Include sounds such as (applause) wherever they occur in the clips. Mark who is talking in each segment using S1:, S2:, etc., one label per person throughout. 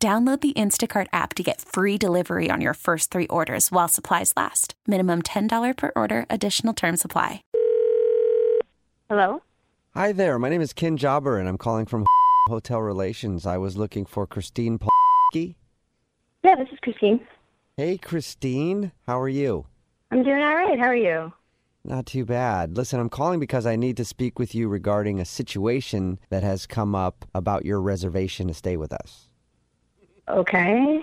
S1: Download the Instacart app to get free delivery on your first three orders while supplies last. Minimum $10 per order, additional term supply.
S2: Hello?
S3: Hi there. My name is Ken Jobber, and I'm calling from (laughs) Hotel Relations. I was looking for Christine Polsky.
S2: Yeah, this is Christine.
S3: Hey, Christine. How are you?
S2: I'm doing all right. How are you?
S3: Not too bad. Listen, I'm calling because I need to speak with you regarding a situation that has come up about your reservation to stay with us.
S2: Okay.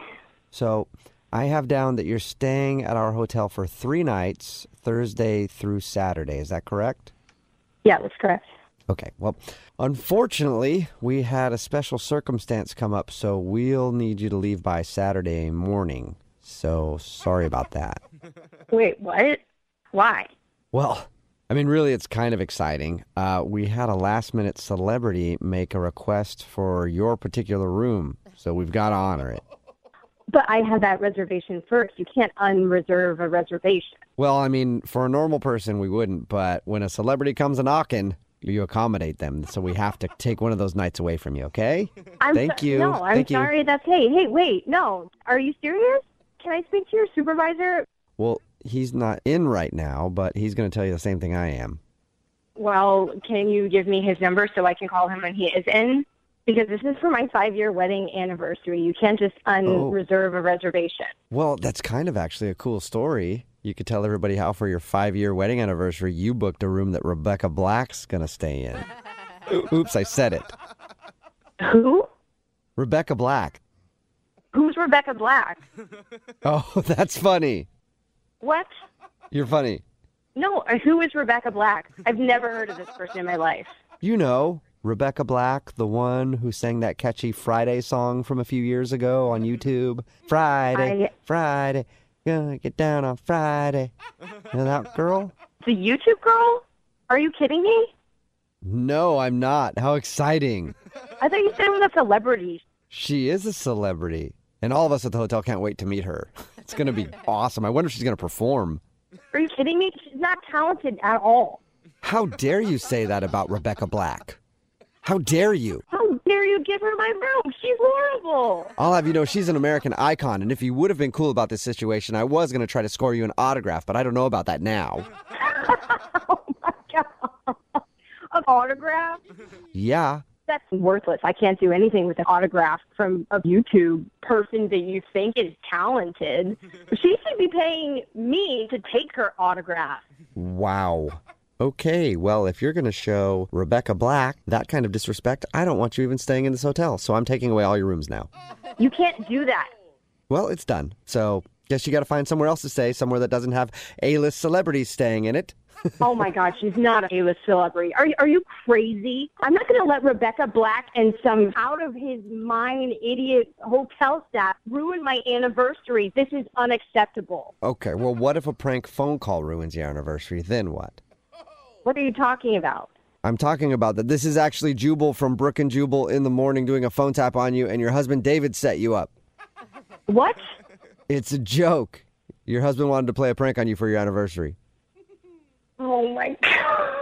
S3: So I have down that you're staying at our hotel for three nights, Thursday through Saturday. Is that correct?
S2: Yeah, that's correct.
S3: Okay. Well, unfortunately, we had a special circumstance come up, so we'll need you to leave by Saturday morning. So sorry about that.
S2: Wait, what? Why?
S3: Well, I mean, really, it's kind of exciting. Uh, we had a last minute celebrity make a request for your particular room, so we've got to honor it.
S2: But I had that reservation first. You can't unreserve a reservation.
S3: Well, I mean, for a normal person, we wouldn't, but when a celebrity comes a knocking, you accommodate them. So we have to take one of those nights away from you, okay?
S2: I'm
S3: Thank
S2: so-
S3: you.
S2: No, I'm
S3: Thank you.
S2: sorry. That's hey, hey, wait, no. Are you serious? Can I speak to your supervisor?
S3: Well, he's not in right now, but he's going to tell you the same thing I am.
S2: Well, can you give me his number so I can call him when he is in? Because this is for my five year wedding anniversary. You can't just
S3: Oh.
S2: unreserve a reservation.
S3: Well, that's kind of actually a cool story. You could tell everybody how for your five year wedding anniversary, you booked a room that Rebecca Black's going to stay in. O- Oops, I said it.
S2: Who?
S3: Rebecca Black.
S2: Who's Rebecca Black?
S3: Oh, (laughs) that's funny.
S2: What?
S3: You're funny.
S2: No, uh, who is Rebecca Black? I've never heard of this person in my life.
S3: You know, Rebecca Black, the one who sang that catchy Friday song from a few years ago on YouTube. Friday,
S2: I-
S3: Friday, gonna get down on Friday. You know that girl?
S2: The YouTube girl? Are you kidding me?
S3: No, I'm not. How exciting.
S2: I thought you said it was a celebrity.
S3: She is a celebrity. And all of us at the hotel can't wait to meet her. It's going to be awesome. I wonder if she's going to perform.
S2: Are you kidding me? She's not talented at all.
S3: How dare you say that about Rebecca Black? How dare you?
S2: How dare you give her my room? She's horrible. (laughs)
S3: I'll have you know she's an American icon, and if you would have been cool about this situation, I was going to try to score you an autograph, but I don't know about that now.
S2: Oh my god. An autograph?
S3: Yeah.
S2: That's worthless. I can't do anything with an autograph from a YouTube person that you think is talented. She should be paying me to take her autograph.
S3: Wow. Okay, well, if you're going to show Rebecca Black that kind of disrespect, I don't want you even staying in this hotel, so I'm taking away all your rooms now.
S2: You can't do that.
S3: Well, it's done. So, guess you got to find somewhere else to stay, somewhere that doesn't have A-list celebrities staying in it.
S2: Oh my God, she's not a A-list celebrity. Are you, are you crazy? I'm not going to let Rebecca Black and some out of his mind idiot hotel staff ruin my anniversary. This is unacceptable.
S3: Okay, well, what if a prank phone call ruins your anniversary? Then what?
S2: What are you talking about?
S3: I'm talking about that this is actually Jubal from Brook and Jubal in the morning doing a phone tap on you, and your husband David set you up.
S2: What?
S3: It's a joke. Your husband wanted to play a prank on you for your anniversary.
S2: Oh my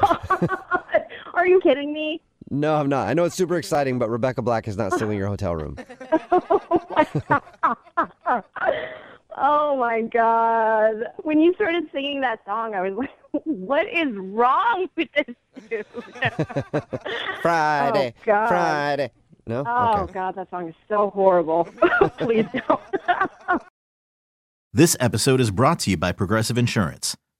S2: (laughs) God. are you kidding me? (laughs)
S3: No, I'm not. I know it's super exciting, but Rebecca Black is not stealing your
S2: (laughs)
S3: hotel room.
S2: Oh my God. When you started singing that song, I was like, (laughs) what is wrong with this dude? (laughs)
S3: Friday,
S2: Oh, God.
S3: Friday. No?
S2: Oh
S3: okay.
S2: God, that song is so horrible. (laughs) Please don't. (laughs)
S4: This episode is brought to you by Progressive Insurance.